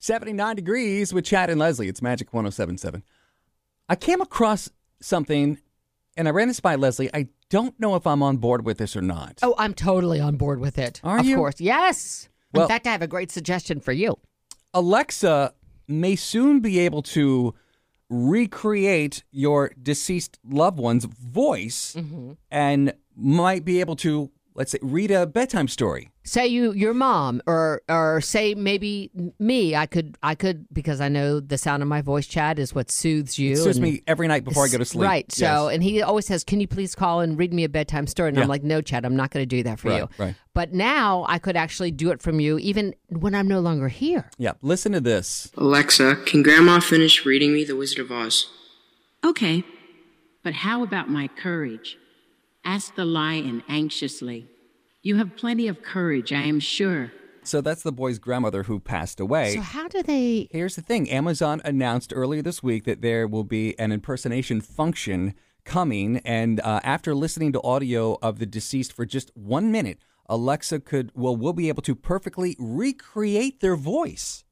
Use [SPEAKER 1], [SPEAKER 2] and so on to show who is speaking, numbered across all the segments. [SPEAKER 1] 79 degrees with Chad and Leslie. It's Magic 1077. I came across something and I ran this by Leslie. I don't know if I'm on board with this or not.
[SPEAKER 2] Oh, I'm totally on board with it.
[SPEAKER 1] Are
[SPEAKER 2] of
[SPEAKER 1] you?
[SPEAKER 2] course. Yes.
[SPEAKER 1] Well-
[SPEAKER 2] in fact, I have a great suggestion for you.
[SPEAKER 1] Alexa may soon be able to recreate your deceased loved one's voice
[SPEAKER 2] Mm-hmm.
[SPEAKER 1] and might be able to, let's say, read a bedtime story.
[SPEAKER 2] Say you your mom or or say maybe me. I could I could because I know the sound of my voice, Chad, is what soothes you.
[SPEAKER 1] It soothes
[SPEAKER 2] and-
[SPEAKER 1] me every night before I go to sleep.
[SPEAKER 2] Right. So,
[SPEAKER 1] Yes.
[SPEAKER 2] and he always says, "Can you please call and read me a bedtime story?" And
[SPEAKER 1] Yeah.
[SPEAKER 2] I'm like, "No, Chad, I'm not going to do that for
[SPEAKER 1] Right,
[SPEAKER 2] you."
[SPEAKER 1] right.
[SPEAKER 2] But now I could actually do it from you, even when I'm no longer here.
[SPEAKER 1] yeah, listen to this.
[SPEAKER 3] Alexa, can Grandma finish reading me The Wizard of Oz?
[SPEAKER 4] Okay, but how about my courage? asked the lion anxiously. You have plenty of courage, I am sure.
[SPEAKER 1] So that's the boy's grandmother who passed away.
[SPEAKER 2] So how do they?
[SPEAKER 1] Here's the thing Amazon announced earlier this week that there will be an impersonation function coming. And uh, after listening to audio of the deceased for just one minute, Alexa could, well, will be able to perfectly recreate their voice.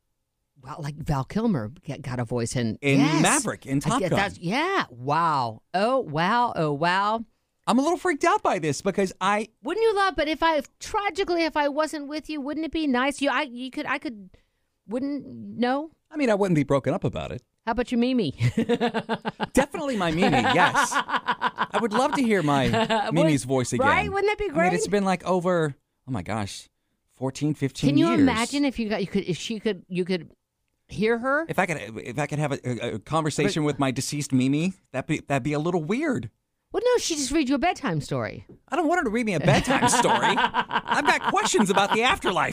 [SPEAKER 2] Well, like Val Kilmer get- got a voice in
[SPEAKER 1] In
[SPEAKER 2] Yes.
[SPEAKER 1] Maverick, in
[SPEAKER 2] I
[SPEAKER 1] Top
[SPEAKER 2] get-
[SPEAKER 1] Gun.
[SPEAKER 2] that's- Yeah. Wow. Oh wow. Oh wow.
[SPEAKER 1] I'm a little freaked out by this because I,
[SPEAKER 2] Wouldn't you love? But if I tragically, if I wasn't with you, wouldn't it be nice? You, I, you could, I could. Wouldn't no?
[SPEAKER 1] I mean, I wouldn't be broken up about it.
[SPEAKER 2] How about your Mimi?
[SPEAKER 1] Definitely my Mimi, yes. I would love to hear my Mimi's voice again.
[SPEAKER 2] right? Wouldn't that be
[SPEAKER 1] I mean, it's
[SPEAKER 2] great?
[SPEAKER 1] been like over, oh my gosh, 14, 15
[SPEAKER 2] Can you
[SPEAKER 1] years.
[SPEAKER 2] imagine if you got you could if she could you could hear her?
[SPEAKER 1] If I could, if I could have a, a, a conversation with my deceased Mimi, that be that'd be a little weird.
[SPEAKER 2] well, no, she just read you a bedtime story.
[SPEAKER 1] I don't want her to read me a bedtime story. I've got questions about the afterlife.